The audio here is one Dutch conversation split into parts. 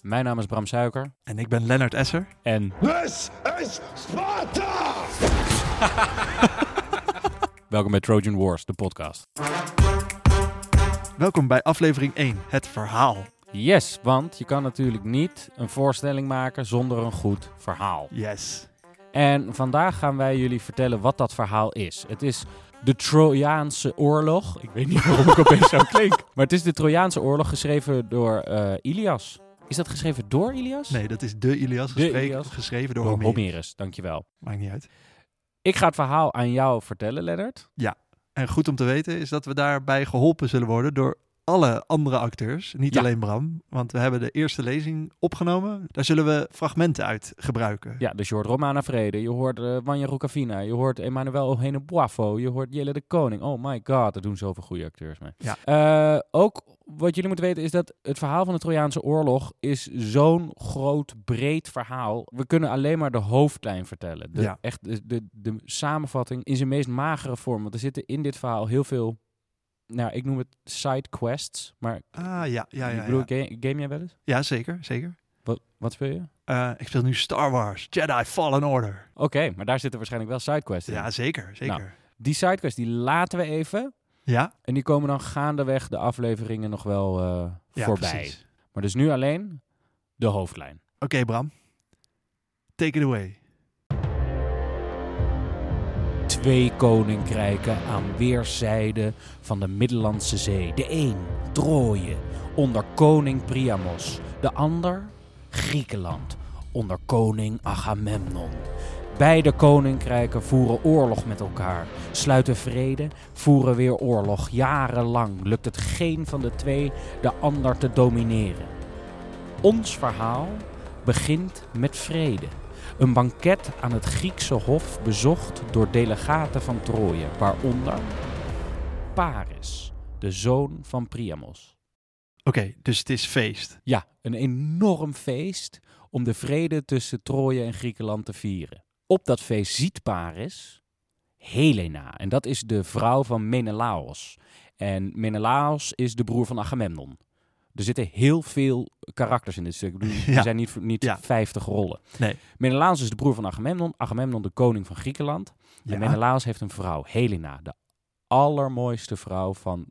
Mijn naam is Bram Suiker. En ik ben Lennart Esser. En This is Sparta! welkom bij Trojan Wars, de podcast. Welkom bij aflevering 1, het verhaal. Yes, want je kan natuurlijk niet een voorstelling maken zonder een goed verhaal. Yes. En vandaag gaan wij jullie vertellen wat dat verhaal is. Het is de Trojaanse Oorlog. Ik weet niet waarom ik opeens zo klink. Maar het is de Trojaanse Oorlog geschreven door eh, Ilias. Is dat geschreven door Ilias? Nee, dat is de Ilias, De gesprek- Ilias. Oh, geschreven door, door Homer. Homerus. Dankjewel. Maakt niet uit. Ik ga het verhaal aan jou vertellen, Lennart. En goed om te weten is dat we daarbij geholpen zullen worden door alle andere acteurs. Niet Ja. alleen Bram, want we hebben de eerste lezing opgenomen. Daar zullen we fragmenten uit gebruiken. Ja, dus je hoort Romana Vrede, je hoort eh, Wanja Rukavina, je hoort Emmanuel Ohene Boafo, je hoort Jelle de Koning. Oh my god, daar doen zoveel goede acteurs mee. Ja. Eh, ook wat jullie moeten weten is dat het verhaal van de Trojaanse oorlog is zo'n groot, breed verhaal. We kunnen alleen maar de hoofdlijn vertellen. De, Ja. Echt de, de, de samenvatting in zijn meest magere vorm. Want er zitten in dit verhaal heel veel, nou ik noem het side quests. Maar Ah, ja, ja, ik ja. bedoel, Ja, ga- game jij wel eens? ja zeker, zeker. Wat, wat speel je? Eh, ik speel nu Star Wars, Jedi Fallen Order. Oké, maar daar zitten waarschijnlijk wel sidequests in. Ja, zeker, zeker. Nou, Die sidequests die laten we even. Ja? En die komen dan gaandeweg de afleveringen nog wel eh, ja, voorbij. precies. Maar dus nu alleen de hoofdlijn. Oké, Bram. Take it away. Twee koninkrijken aan weerszijden van de Middellandse Zee. De een, Troje, onder koning Priamos. De ander, Griekenland, onder koning Agamemnon. Beide koninkrijken voeren oorlog met elkaar, sluiten vrede, voeren weer oorlog. Jarenlang lukt het geen van de twee de ander te domineren. Ons verhaal begint met vrede. Een banket aan het Griekse hof bezocht door delegaten van Troje, waaronder Paris, de zoon van Priamos. Oké, dus het is feest. Ja, een enorm feest om de vrede tussen Troje en Griekenland te vieren. Op dat feest ziet Paris Helena, en dat is de vrouw van Menelaos. En Menelaos is de broer van Agamemnon. Er zitten heel veel karakters in dit stuk. Ik bedoel, Ja. Er zijn niet, niet Ja. 50 rollen. Nee. Menelaos is de broer van Agamemnon. Agamemnon de koning van Griekenland. Ja. En Menelaos heeft een vrouw, Helena, de allermooiste vrouw van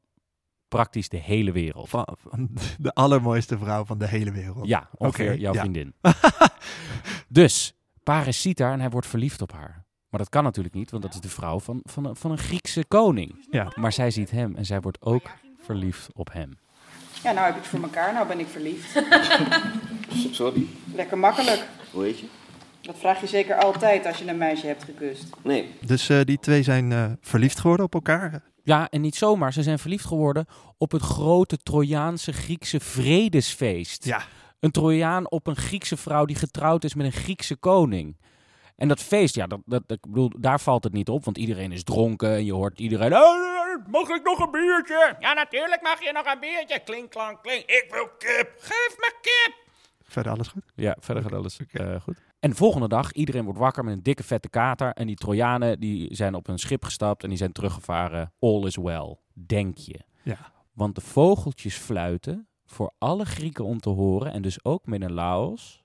praktisch de hele wereld. Van, van de allermooiste vrouw van de hele wereld. Ja, ongeveer Oké, jouw ja. vriendin. dus, Paris ziet haar en hij wordt verliefd op haar. Maar dat kan natuurlijk niet, want dat is de vrouw van, van, een, van een Griekse koning. Ja. Maar zij ziet hem en zij wordt ook verliefd op hem. Ja, nou heb ik het voor elkaar. Nou ben ik verliefd. Sorry, Lekker makkelijk. hoe heet je? Dat vraag je zeker altijd als je een meisje hebt gekust. Nee, Dus eh, die twee zijn eh, verliefd geworden op elkaar. Ja, en niet zomaar. Ze zijn verliefd geworden op het grote Trojaanse Griekse vredesfeest. Ja. Een Trojaan op een Griekse vrouw die getrouwd is met een Griekse koning. En dat feest, ja, dat, dat, ik bedoel, daar valt het niet op, want iedereen is dronken en je hoort iedereen... "Eh, Mag ik nog een biertje? Ja, natuurlijk mag je nog een biertje. Klink, klank, klink. Ik wil kip. Geef me kip. Verder alles goed? Ja, verder gaat alles eh, goed. En de volgende dag, iedereen wordt wakker met een dikke vette kater. En die Trojanen die zijn op hun schip gestapt en die zijn teruggevaren. All is well, denk je. Ja. Want de vogeltjes fluiten voor alle Grieken om te horen en dus ook Menelaos.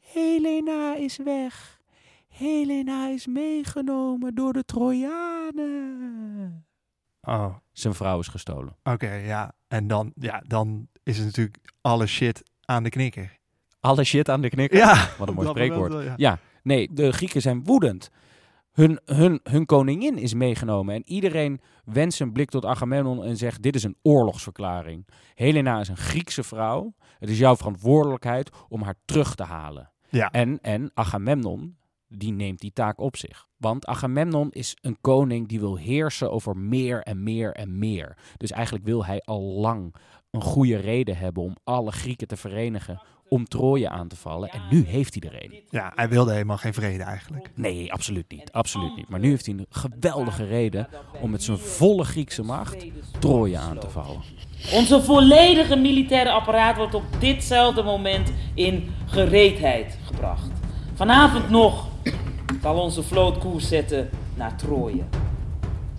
Helena is weg. Helena is meegenomen door de Trojanen. Oh, Zijn vrouw is gestolen. oké, ja. En dan, ja, dan is het natuurlijk alle shit aan de knikker. Alle shit aan de knikker. Ja. Wat een mooi Dat spreekwoord. wel, ja. Ja, nee, de Grieken zijn woedend. Hun, hun, hun koningin is meegenomen en iedereen wenst een blik tot Agamemnon en zegt: Dit is een oorlogsverklaring. Helena is een Griekse vrouw. Het is jouw verantwoordelijkheid om haar terug te halen. Ja. En, en Agamemnon, die neemt die taak op zich. Want Agamemnon is een koning die wil heersen over meer en meer en meer. Dus eigenlijk wil hij al lang een goede reden hebben om alle Grieken te verenigen om Troje aan te vallen. En nu heeft hij er een. Ja, hij wilde helemaal geen vrede eigenlijk. Nee, absoluut niet. Absoluut niet. Maar nu heeft hij een geweldige reden om met zijn volle Griekse macht Troje aan te vallen. Onze volledige militaire apparaat wordt op ditzelfde moment in gereedheid gebracht. Vanavond nog zal onze vloot koers zetten naar Troje.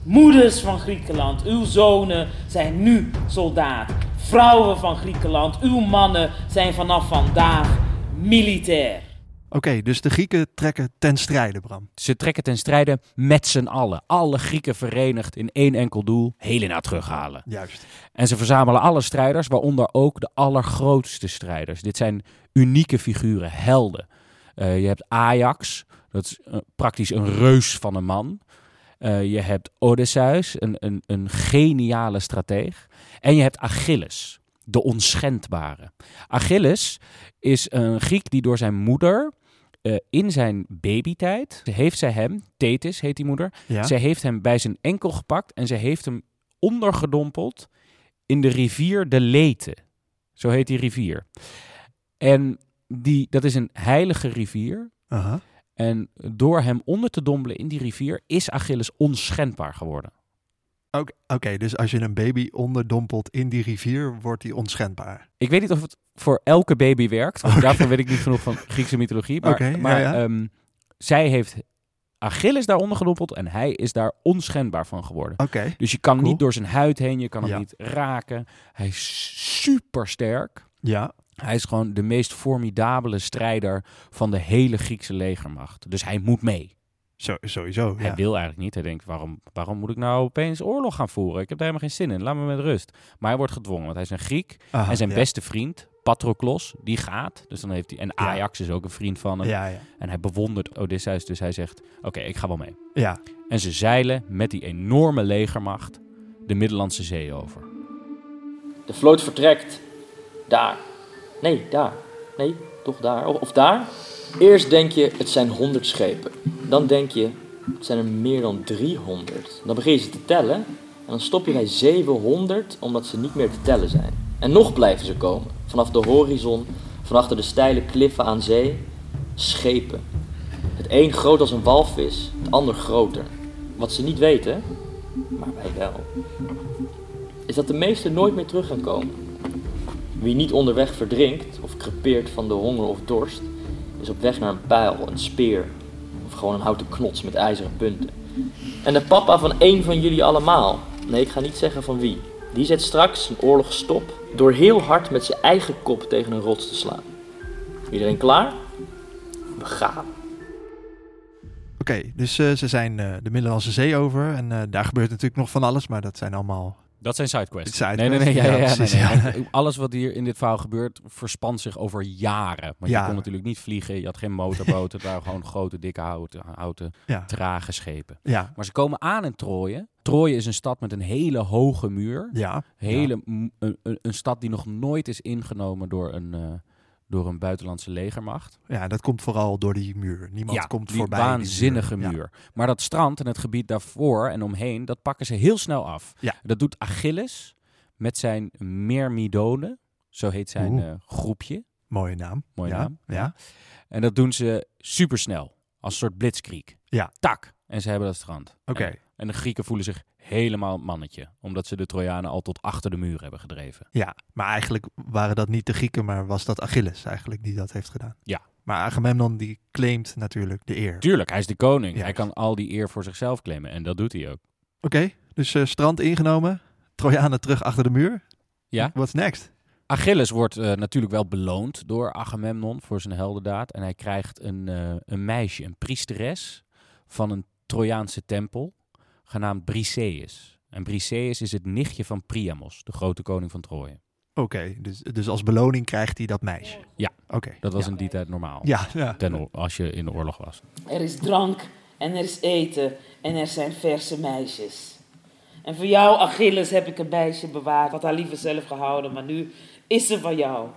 Moeders van Griekenland, uw zonen zijn nu soldaat. vrouwen van Griekenland, uw mannen zijn vanaf vandaag militair. Oké, dus de Grieken trekken ten strijde, Bram. Ze trekken ten strijde met z'n allen. Alle Grieken verenigd in één enkel doel. Helena terughalen. Juist. En ze verzamelen alle strijders, waaronder ook de allergrootste strijders. Dit zijn unieke figuren, helden. Eh, je hebt Ajax, dat is eh, praktisch een reus van een man. Eh, je hebt Odysseus, een, een, een geniale strateeg. En je hebt Achilles, de onschendbare. Achilles is een Griek die door zijn moeder eh, in zijn babytijd... heeft zij hem, Thetis heet die moeder... Ja. Zij heeft hem bij zijn enkel gepakt en ze heeft hem ondergedompeld in de rivier de Lete. Zo heet die rivier. En die, dat is een heilige rivier. Aha. En door hem onder te dompelen in die rivier is Achilles onschendbaar geworden. Oké, oké, dus als je een baby onderdompelt in die rivier, wordt die onschendbaar. Ik weet niet of het voor elke baby werkt. Want daarvoor weet ik niet genoeg van Griekse mythologie. Maar, Oké, ja, maar ja. ehm, zij heeft Achilles daar ondergedompeld en hij is daar onschendbaar van geworden. Oké. Dus je kan Cool. niet door zijn huid heen, je kan hem Ja. niet raken. Hij is super sterk. Ja. Hij is gewoon de meest formidabele strijder van de hele Griekse legermacht. Dus hij moet mee. Zo, sowieso. Hij Ja. wil eigenlijk niet. Hij denkt, waarom, waarom moet ik nou opeens oorlog gaan voeren? Ik heb daar helemaal geen zin in. Laat me met rust. Maar hij wordt gedwongen, want hij is een Griek. Aha, en zijn ja. beste vriend, Patroklos, die gaat. Dus dan heeft hij, en Ja. Ajax is ook een vriend van hem. Ja, ja. En hij bewondert Odysseus, dus hij zegt, oké, ik ga wel mee. ja. En ze zeilen met die enorme legermacht de Middellandse Zee over. De vloot vertrekt. Daar. Nee, daar. Nee, toch daar. Of, of daar. Eerst denk je, het zijn 100 schepen. Dan denk je, het zijn er meer dan 300. Dan begin je ze te tellen. En dan stop je bij 700 omdat ze niet meer te tellen zijn. En nog blijven ze komen. Vanaf de horizon, van achter de steile kliffen aan zee. Schepen. Het een groot als een walvis, het ander groter. Wat ze niet weten, maar wij wel is dat de meesten nooit meer terug gaan komen. Wie niet onderweg verdrinkt of krepeert van de honger of dorst, is op weg naar een pijl, een speer of gewoon een houten knots met ijzeren punten. En de papa van één van jullie allemaal, nee ik ga niet zeggen van wie, die zet straks een oorlog stop door heel hard met zijn eigen kop tegen een rots te slaan. Iedereen klaar? We gaan. Oké, dus eh, ze zijn eh, de Middellandse Zee over en eh, daar gebeurt natuurlijk nog van alles, maar dat zijn allemaal... Dat zijn sidequests. Sidequests, Nee, nee, nee. Ja, ja, ja, ja, nee, precies, nee. ja. Want Alles wat hier in dit verhaal gebeurt, verspant zich over jaren. Want je Ja. kon natuurlijk niet vliegen, je had geen motorboten. het waren gewoon grote, dikke houten, houten, Ja, trage schepen. ja, Maar ze komen aan in Troje. Troje is een stad met een hele hoge muur. ja. Hele, m- een, een, een stad die nog nooit is ingenomen door een, eh, door een buitenlandse legermacht. Ja, dat komt vooral door die muur. Niemand komt die voorbij. waanzinnige die muur. Maar dat strand en het gebied daarvoor en omheen, dat pakken ze heel snel af. Ja. Dat doet Achilles met zijn Myrmidonen, zo heet zijn Oeh. eh, groepje. Mooie naam. Mooie ja, naam, Ja. En dat doen ze supersnel, als een soort blitzkrieg. Ja. Tak, en ze hebben dat strand. Oké. En, en de Grieken voelen zich helemaal mannetje, omdat ze de Trojanen al tot achter de muur hebben gedreven. Ja, maar eigenlijk waren dat niet de Grieken, maar was dat Achilles eigenlijk die dat heeft gedaan. Ja. Maar Agamemnon die claimt natuurlijk de eer. Oké, Tuurlijk, hij is de koning. Hij Juist. kan al die eer voor zichzelf claimen en dat doet hij ook. dus eh, strand ingenomen, Trojanen terug achter de muur. Ja. What's next? Achilles wordt eh, natuurlijk wel beloond door Agamemnon voor zijn heldendaad. En hij krijgt een, eh, een meisje, een priesteres van een Trojaanse tempel, genaamd Briseis. En Briseis is het nichtje van Priamos, de grote koning van Troje. Oké, dus, dus als beloning krijgt hij dat meisje. Ja. Oké. Dat was in die tijd normaal, Ja, ja. ten, oor- als je in de oorlog was. Er is drank en er is eten en er zijn verse meisjes. En voor jou, Achilles, heb ik een meisje bewaard. Wat haar liever zelf gehouden, maar nu is ze van jou.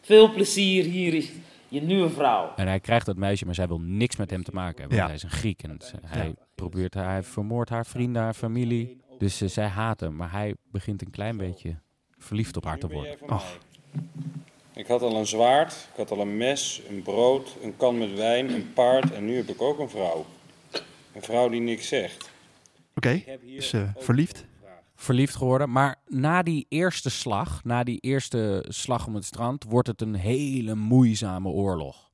Veel plezier, hier is je nieuwe vrouw. En hij krijgt dat meisje, maar zij wil niks met hem te maken hebben. Ja. Want hij is een Griek en ze- hij probeert haar, hij vermoordt haar vrienden, haar familie. Dus eh, zij haat hem, maar hij begint een klein beetje verliefd op haar te worden. Och. Ik had al een zwaard, ik had al een mes, een brood, een kan met wijn, een paard en nu heb ik ook een vrouw. Een vrouw die niks zegt. Oké, dus eh, verliefd. verliefd geworden. Maar na die eerste slag, na die eerste slag om het strand, wordt het een hele moeizame oorlog.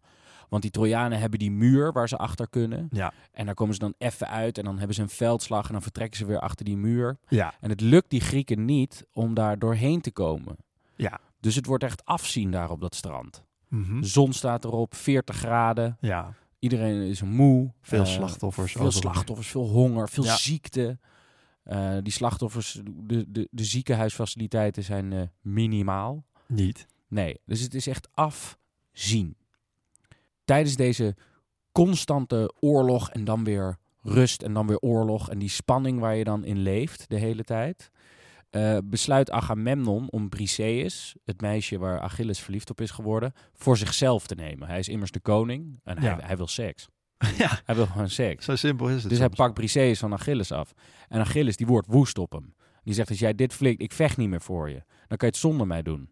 Want die Trojanen hebben die muur waar ze achter kunnen. Ja, En daar komen ze dan even uit. En dan hebben ze een veldslag. En dan vertrekken ze weer achter die muur. ja. En het lukt die Grieken niet om daar doorheen te komen. Ja. Dus het wordt echt afzien daar op dat strand. Mhm. De zon staat erop, 40 graden. Ja, Iedereen is moe. veel Eh, slachtoffers. Veel overal. slachtoffers, veel honger, veel Ja. ziekte. Eh, die slachtoffers, de, de, de ziekenhuisfaciliteiten zijn eh, minimaal. Niet. Nee, dus het is echt afzien. Tijdens deze constante oorlog en dan weer rust en dan weer oorlog en die spanning waar je dan in leeft de hele tijd, eh, besluit Agamemnon om Briseis, het meisje waar Achilles verliefd op is geworden, voor zichzelf te nemen. Hij is immers de koning en Ja. hij, hij wil seks. ja, Hij wil gewoon seks. zo simpel is het. Dus hij soms. pakt Briseis van Achilles af. En Achilles die wordt woest op hem. Die zegt, als jij dit flikt, ik vecht niet meer voor je. Dan kan je het zonder mij doen.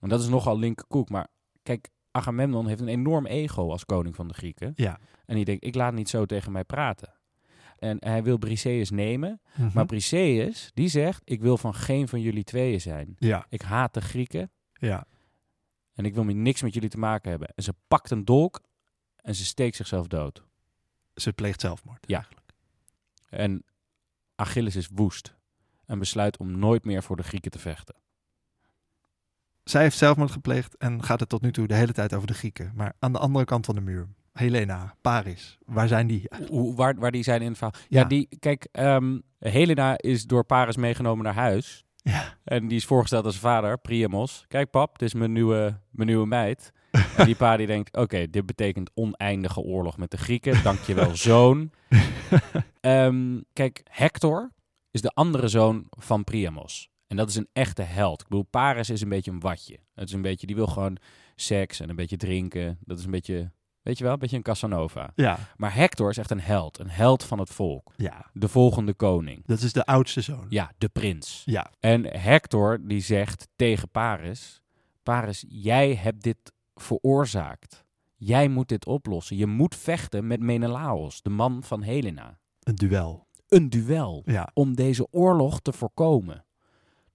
En dat is nogal linkerkoek. Maar kijk, Agamemnon heeft een enorm ego als koning van de Grieken. Ja. En die denkt, ik laat niet zo tegen mij praten. En hij wil Briseis nemen. Mhm. Maar Briseis, die zegt, ik wil van geen van jullie tweeën zijn. Ja, Ik haat de Grieken ja. en ik wil me niks met jullie te maken hebben. En ze pakt een dolk en ze steekt zichzelf dood. Ze pleegt zelfmoord. Ja. En Achilles is woest en besluit om nooit meer voor de Grieken te vechten. Zij heeft zelfmoord gepleegd en gaat het tot nu toe de hele tijd over de Grieken. Maar aan de andere kant van de muur, Helena, Paris, waar zijn die? Hoe, waar, waar die zijn in het verhaal. Ja, Ja. die, kijk, ehm, Helena is door Paris meegenomen naar huis. Ja, En die is voorgesteld aan zijn vader, Priamos. Kijk pap, dit is mijn nieuwe, mijn nieuwe meid. En die pa die denkt, oké, dit betekent oneindige oorlog met de Grieken. Dankjewel, zoon. Ehm, kijk, Hector is de andere zoon van Priamos. En dat is een echte held. Ik bedoel, Paris is een beetje een watje. Het is een beetje, die wil gewoon seks en een beetje drinken. Dat is een beetje, weet je wel, een beetje een Casanova. ja, Maar Hector is echt een held. Een held van het volk. ja. De volgende koning. Dat is de oudste zoon. Ja, de prins. Ja, En Hector die zegt tegen Paris: Paris, jij hebt dit veroorzaakt. Jij moet dit oplossen. Je moet vechten met Menelaos, de man van Helena. een duel. Een duel Ja, om deze oorlog te voorkomen.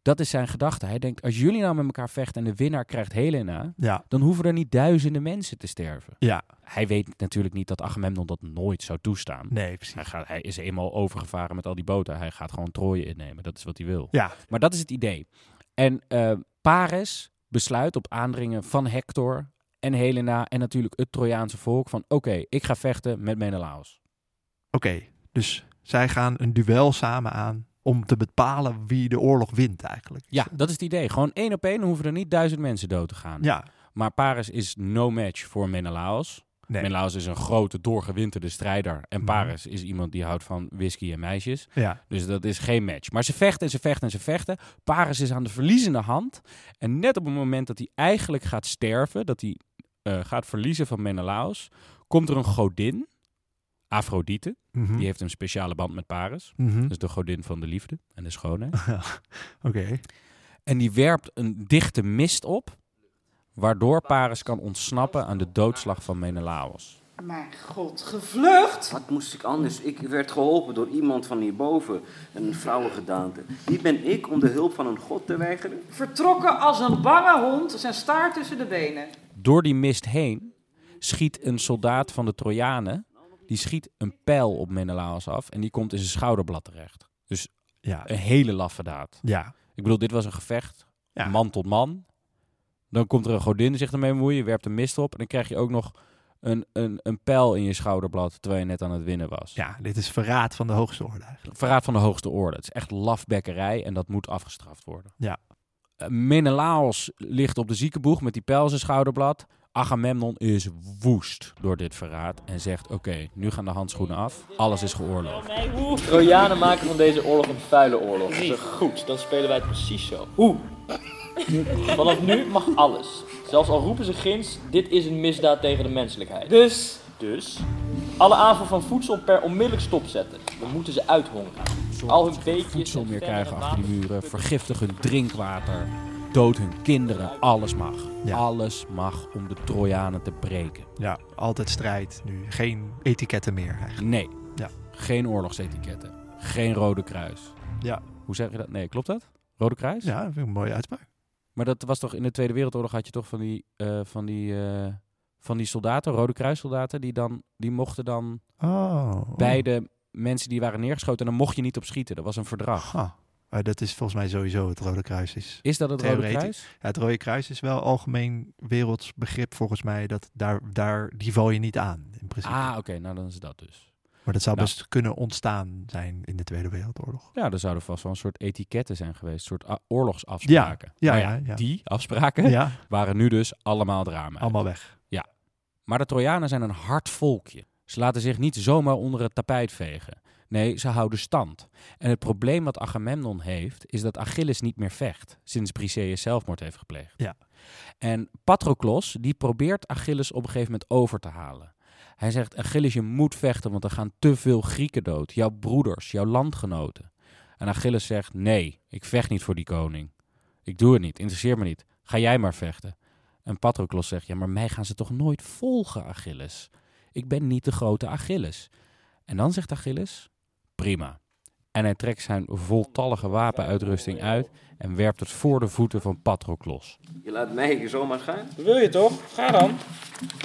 Dat is zijn gedachte. Hij denkt: als jullie nou met elkaar vechten en de winnaar krijgt Helena, ja, dan hoeven er niet duizenden mensen te sterven. ja. Hij weet natuurlijk niet dat Agamemnon dat nooit zou toestaan. Nee, precies. Hij, gaat, hij is eenmaal overgevaren met al die boten. Hij gaat gewoon Troje innemen. Dat is wat hij wil. Ja, Maar dat is het idee. En eh, Paris besluit op aandringen van Hector en Helena en natuurlijk het Trojaanse volk van oké, ik ga vechten met Menelaos. oké. Dus zij gaan een duel samen aan om te bepalen wie de oorlog wint eigenlijk. Ja, dat is het idee. Gewoon één op één hoeven er niet duizend mensen dood te gaan. Ja, Maar Paris is no match voor Menelaos. nee. Mhm. Menelaos is een grote, doorgewinterde strijder. En Paris is iemand die houdt van whisky en meisjes. Ja, Dus dat is geen match. Maar ze vechten en ze vechten en ze vechten. Paris is aan de verliezende hand. En net op het moment dat hij eigenlijk gaat sterven, dat hij eh, gaat verliezen van Menelaos, komt er een godin, Afrodite. mhm. Die heeft een speciale band met Paris. Mhm. Dat is de godin van de liefde en de schoonheid. Oké, En die werpt een dichte mist op, waardoor Paris kan ontsnappen aan de doodslag van Menelaos. Mijn god, gevlucht? Wat moest ik anders? Ik werd geholpen door iemand van hierboven, een vrouwengedaante. Wie ben ik om de hulp van een god te weigeren? Vertrokken als een bange hond, zijn staart tussen de benen. Door die mist heen schiet een soldaat van de Trojanen. Die schiet een pijl op Menelaos af en die komt in zijn schouderblad terecht. Dus ja, een hele laffe daad. ja, Ik bedoel, dit was een gevecht. Ja. Man tot man. Dan komt er een godin zich ermee bemoeien, werpt een mist op. En dan krijg je ook nog een, een, een pijl in je schouderblad terwijl je net aan het winnen was. ja. Dit is verraad van de hoogste orde eigenlijk. Verraad van de hoogste orde. Het is echt lafbekkerij en dat moet afgestraft worden. Ja. Eh, Menelaos ligt op de ziekenboeg met die pijl in zijn schouderblad. Agamemnon is woest door dit verraad en zegt: Oké, nu gaan de handschoenen af. Alles is geoorloofd. Mij hoe? Trojanen maken van deze oorlog een vuile oorlog. Dat is goed, dan spelen wij het precies zo. Hoe? Vanaf nu mag alles. Zelfs al roepen ze ginds, dit is een misdaad tegen de menselijkheid. Dus, Dus, alle aanval van voedsel per onmiddellijk stopzetten. We moeten ze uithongeren. Al hun beetjes Voedsel en meer verder krijgen achter die water- muren. Vergiftig hun drinkwater. Dood hun kinderen. Alles mag. Ja. Alles mag om de Trojanen te breken. Ja, altijd strijd nu. Geen etiketten meer eigenlijk. Nee. Ja. Geen oorlogsetiketten. Geen Rode Kruis. Ja, Hoe zeg je dat? Nee, klopt dat? Rode Kruis? ja vind ik een mooie uitspraak. Maar dat was toch in de Tweede Wereldoorlog had je toch van die, eh, van die, eh, van die soldaten, Rode Kruissoldaten, die, dan, die mochten dan Oh. beide mensen die waren neergeschoten en dan mocht je niet op schieten. Dat was een verdrag. Ah, Maar dat is volgens mij sowieso het Rode Kruis. Is. Is dat het Rode Theoretisch. Kruis? Ja, het Rode Kruis is wel algemeen werelds begrip volgens mij. Dat daar, daar, die val je niet aan in principe. Ah, oké, nou dan is dat dus. maar dat zou nou. best kunnen ontstaan zijn in de Tweede Wereldoorlog. Ja, er zouden vast wel een soort etiketten zijn geweest, een soort a- oorlogsafspraken. Ja, Nou ja, ja. Die afspraken Ja, waren nu dus allemaal drama. allemaal weg. Maar de Trojanen zijn een hard volkje. Ze laten zich niet zomaar onder het tapijt vegen. Nee, ze houden stand. En het probleem wat Agamemnon heeft, is dat Achilles niet meer vecht, sinds Briseis zelfmoord heeft gepleegd. Ja. En Patroklos, die probeert Achilles op een gegeven moment over te halen. Hij zegt, Achilles, je moet vechten, want er gaan te veel Grieken dood. Jouw broeders, jouw landgenoten. En Achilles zegt, nee, ik vecht niet voor die koning. Ik doe het niet, interesseert me niet. Ga jij maar vechten. En Patroklos zegt, ja, maar mij gaan ze toch nooit volgen, Achilles? Ik ben niet de grote Achilles. En dan zegt Achilles, prima. En hij trekt zijn voltallige wapenuitrusting uit en werpt het voor de voeten van Patroklos. Je laat mij hier zomaar gaan? Dat wil je toch? Ga dan.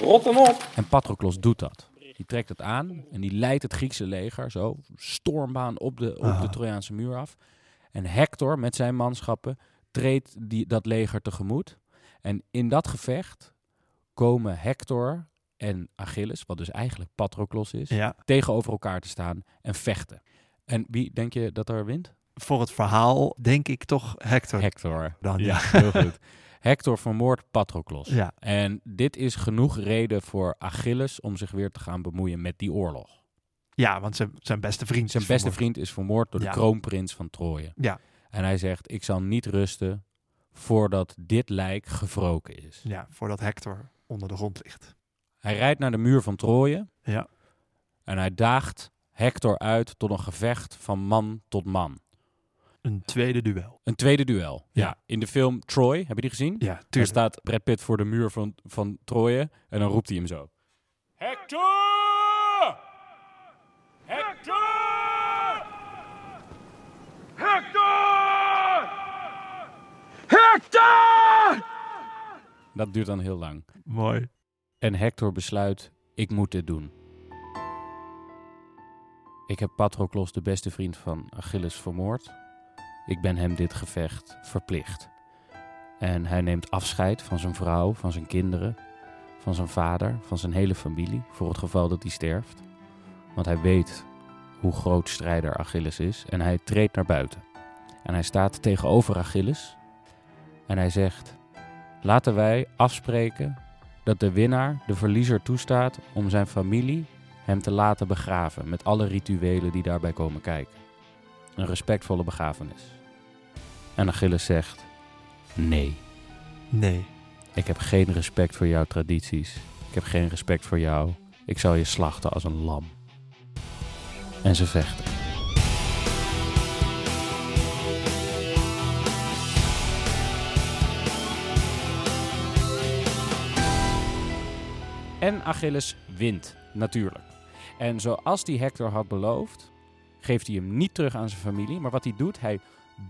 Rot hem op. En Patroklos doet dat. Die trekt het aan en die leidt het Griekse leger zo stormbaan op de, op de Trojaanse muur af. En Hector met zijn manschappen treedt die, dat leger tegemoet. En in dat gevecht komen Hector en Achilles, wat dus eigenlijk Patroklos is, Ja. tegenover elkaar te staan en vechten. En wie denk je dat er wint? Voor het verhaal denk ik toch Hector. Hector. Dan, ja, ja. heel goed. Hector vermoordt Patroklos. Ja. En dit is genoeg reden voor Achilles om zich weer te gaan bemoeien met die oorlog. ja, want zijn, zijn beste vriend. Zijn is beste vermoord. vriend is vermoord door Ja. de kroonprins van Troje. Ja. En hij zegt, ik zal niet rusten voordat dit lijk gevroken is. Ja, voordat Hector onder de grond ligt. Hij rijdt naar de muur van Troje Ja. en hij daagt Hector uit tot een gevecht van man tot man. Een tweede duel. Een tweede duel. Ja. In de film Troy, heb je die gezien? Ja, Daar tuurlijk. staat Brad Pitt voor de muur van, van Troje en dan roept hij hem zo. Hector! Hector! Hector! Hector! Dat duurt dan heel lang. Mooi. En Hector besluit, ik moet dit doen. Ik heb Patroklos, de beste vriend van Achilles, vermoord. Ik ben hem dit gevecht verplicht. En hij neemt afscheid van zijn vrouw, van zijn kinderen, van zijn vader, van zijn hele familie, voor het geval dat hij sterft. Want hij weet hoe groot strijder Achilles is en hij treedt naar buiten. En hij staat tegenover Achilles en hij zegt: Laten wij afspreken dat de winnaar de verliezer toestaat om zijn familie hem te laten begraven met alle rituelen die daarbij komen kijken. Een respectvolle begrafenis. En Achilles zegt: Nee, Nee. ik heb geen respect voor jouw tradities. Ik heb geen respect voor jou. Ik zal je slachten als een lam. En ze vechten. En Achilles wint, natuurlijk. En zoals die Hector had beloofd, geeft hij hem niet terug aan zijn familie. Maar wat hij doet, hij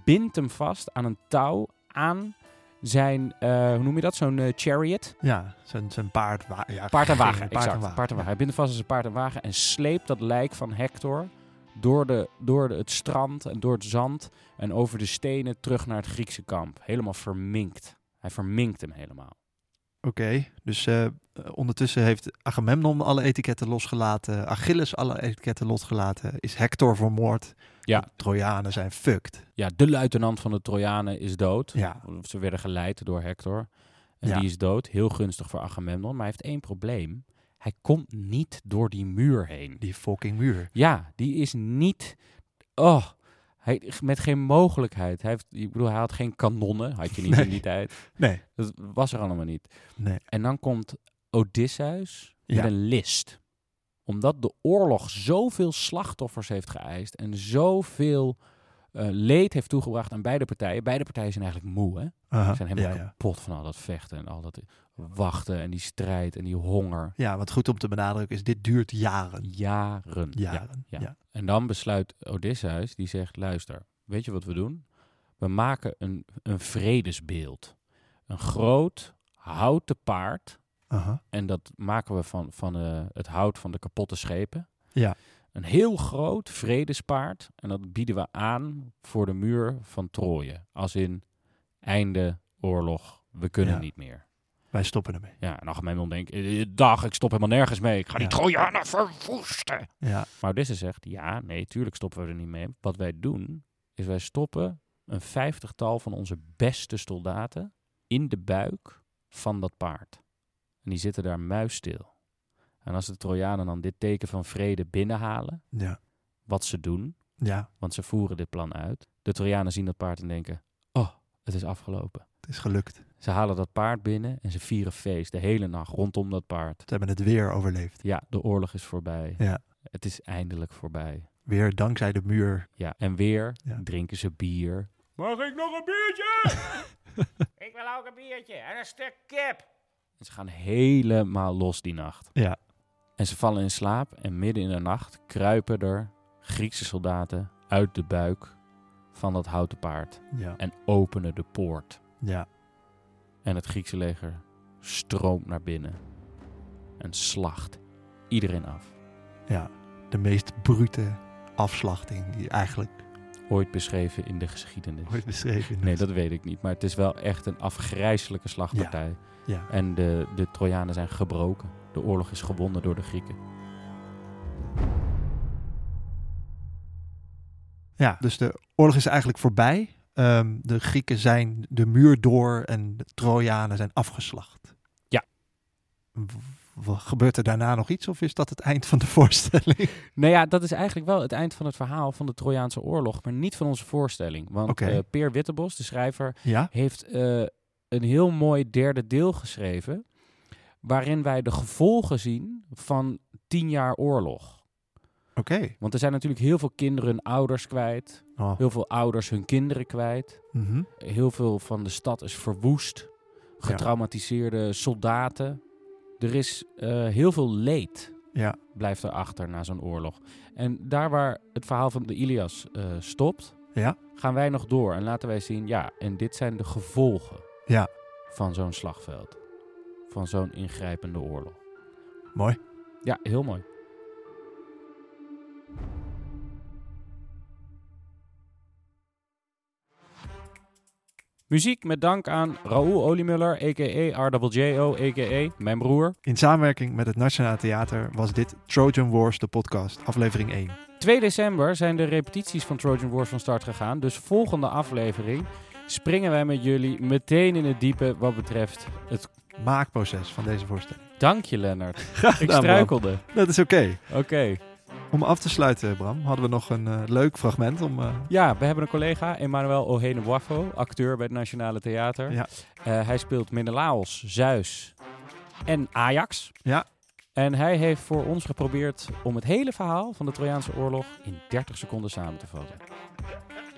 bindt hem vast aan een touw aan zijn, eh, hoe noem je dat, zo'n eh, chariot? Ja, zijn, zijn paard. wa- ja, Paard en geen- wagen, Paard en exact. wagen. Paard en wagen. Hij bindt hem vast aan zijn paard en wagen en sleept dat lijk van Hector door, de, door de, het strand en door het zand en over de stenen terug naar het Griekse kamp. Helemaal verminkt. Hij verminkt hem helemaal. Oké, dus eh, eh, ondertussen heeft Agamemnon alle etiketten losgelaten. Achilles alle etiketten losgelaten. Is Hector vermoord. Ja. De Trojanen zijn fucked. Ja, de luitenant van de Trojanen is dood. Ja. Ze werden geleid door Hector. En Ja. die is dood. Heel gunstig voor Agamemnon. Maar hij heeft één probleem. Hij komt niet door die muur heen. Die fucking muur. Ja, die is niet. Oh, hij, met geen mogelijkheid. Hij, heeft, ik bedoel, hij had geen kanonnen. Had je niet Nee. in die tijd. Nee. Dat was er allemaal niet. Nee. En dan komt Odysseus Ja. met een list. Omdat de oorlog zoveel slachtoffers heeft geëist. En zoveel eh, leed heeft toegebracht aan beide partijen. Beide partijen zijn eigenlijk moe, hè? Aha, Ze zijn helemaal ja, ja. kapot van al dat vechten en al dat wachten en die strijd en die honger. ja, wat goed om te benadrukken is, dit duurt jaren. Jaren. Jaren, ja. ja. En dan besluit Odysseus, die zegt, luister, weet je wat we doen? We maken een, een vredesbeeld. Een groot houten paard. Aha. En dat maken we van, van eh, het hout van de kapotte schepen. Ja. Een heel groot vredespaard. En dat bieden we aan voor de muur van Troje. Als in einde oorlog, we kunnen Ja. niet meer. Wij stoppen ermee. Ja, en Agamemnon denkt, eh, dag, ik stop helemaal nergens mee. Ik ga die Ja. Trojanen verwoesten. Ja, Maar Odysseus zegt, ja, nee, tuurlijk stoppen we er niet mee. Wat wij doen, is wij stoppen een vijftigtal van onze beste soldaten in de buik van dat paard. En die zitten daar muisstil. En als de Trojanen dan dit teken van vrede binnenhalen, ja, wat ze doen, ja. want ze voeren dit plan uit. De Trojanen zien dat paard en denken, oh, het is afgelopen. Het is gelukt. Ze halen dat paard binnen en ze vieren feest de hele nacht rondom dat paard. Ze hebben het weer overleefd. Ja, de oorlog is voorbij. Ja. Het is eindelijk voorbij. Weer dankzij de muur. Ja, en weer Ja. drinken ze bier. Mag ik nog een biertje? Ik wil ook een biertje en een stuk kip. En ze gaan helemaal los die nacht. Ja. En ze vallen in slaap en midden in de nacht kruipen er Griekse soldaten uit de buik van dat houten paard Ja, en openen de poort. ja. En het Griekse leger stroomt naar binnen en slacht iedereen af. De meest brute afslachting die eigenlijk Ooit beschreven in de geschiedenis. ooit beschreven is. Nee, dat weet ik niet. Maar het is wel echt een afgrijzelijke slagpartij. Ja. En de, de Trojanen zijn gebroken. De oorlog is gewonnen door de Grieken. Ja, dus de oorlog is eigenlijk voorbij. Ehm, de Grieken zijn de muur door en de Trojanen zijn afgeslacht. Ja. W- w- gebeurt er daarna nog iets of is dat het eind van de voorstelling? Oké, Nou ja, dat is eigenlijk wel het eind van het verhaal van de Trojaanse oorlog. Maar niet van onze voorstelling. Want Oké. eh, Peer Wittebos, de schrijver, ja. heeft eh, een heel mooi derde deel geschreven. Waarin wij de gevolgen zien van tien jaar oorlog. Oké. Want er zijn natuurlijk heel veel kinderen hun ouders kwijt. Oh. Heel veel ouders hun kinderen kwijt. mhm. Heel veel van de stad is verwoest. Getraumatiseerde soldaten. Er is eh, heel veel leed Ja. blijft erachter na zo'n oorlog. En daar waar het verhaal van de Ilias eh, stopt, Ja. gaan wij nog door. En laten wij zien, ja, en dit zijn de gevolgen Ja. van zo'n slagveld. Van zo'n ingrijpende oorlog. Mooi. Ja, heel mooi. Muziek met dank aan Raoul Oliemuller, a.k.a. RWJO, a.k.a. mijn broer. In samenwerking met het Nationaal Theater was dit Trojan Wars, de podcast, aflevering 1. 2 december zijn de repetities van Trojan Wars van start gegaan. Dus volgende aflevering springen wij met jullie meteen in het diepe wat betreft het... Maakproces van deze voorstelling. Dank je, Lennart. Graag Ik struikelde. Dat is oké. Oké. Om af te sluiten, Bram, hadden we nog een eh, leuk fragment om... eh, Ja, we hebben een collega, Emmanuel Ohenewafo, acteur bij het Nationale Theater. Ja. Eh, hij speelt Menelaos, Zeus en Ajax. Ja. En hij heeft voor ons geprobeerd om het hele verhaal van de Trojaanse oorlog in 30 seconden samen te vatten.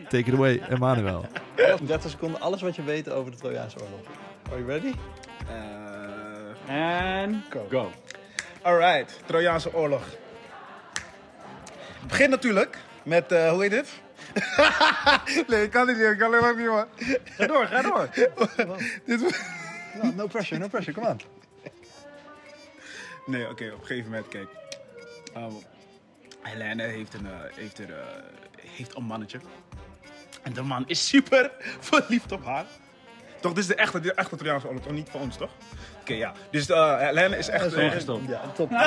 take it away, Emmanuel. In 30 seconden alles wat je weet over de Trojaanse oorlog. Are you ready? En go. Alright, Trojaanse oorlog. Het begint natuurlijk met, eh, hoe heet het? nee, ik kan het niet, ik kan het ook niet, man. Ga door, ga door. no pressure, no pressure, come on. Nee, oké, op een gegeven moment, kijk. Ehm Helene heeft een, eh, heeft, een, eh, heeft een mannetje. En de man is super verliefd op haar. Toch, dit is de echte, de echte Trojaanse oorlog, toch niet van ons, toch? Oké, ja. Dus eh Helene is echt... eh, Gestopt. ja, top.